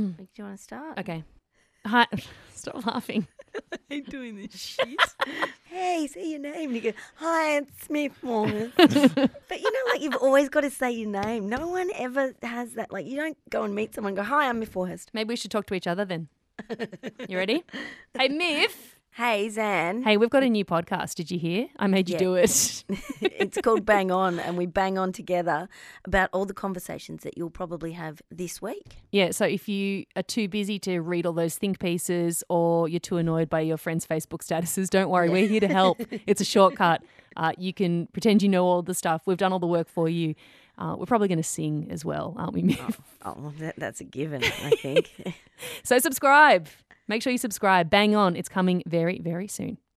you want to start? Mm. Okay. Hi. Stop laughing. I hate doing this shit. hey, say your name. And you go, hi, it's Smith Morgan. but you know, like, you've always got to say your name. No one ever has that. Like, you don't go and meet someone and go, hi, I'm Miff Forhurst. Maybe we should talk to each other then. You ready? hey, Miff. Hey, Zan. Hey, we've got a new podcast. Did you hear? I made you Yeah. do it. it's called Bang On, and we bang on together about all the conversations that you'll probably have this week. yeah. So if you are too busy to read all those think pieces or you're too annoyed by your friends' Facebook statuses, don't worry. We're here to help. It's a shortcut. Uh, you can pretend you know all the stuff. We've done all the work for you. Uh, we're probably going to sing as well, aren't we, Miff? Oh, well, that, that's a given, I think. So subscribe. Make sure you subscribe. Bang on. It's coming very, very soon.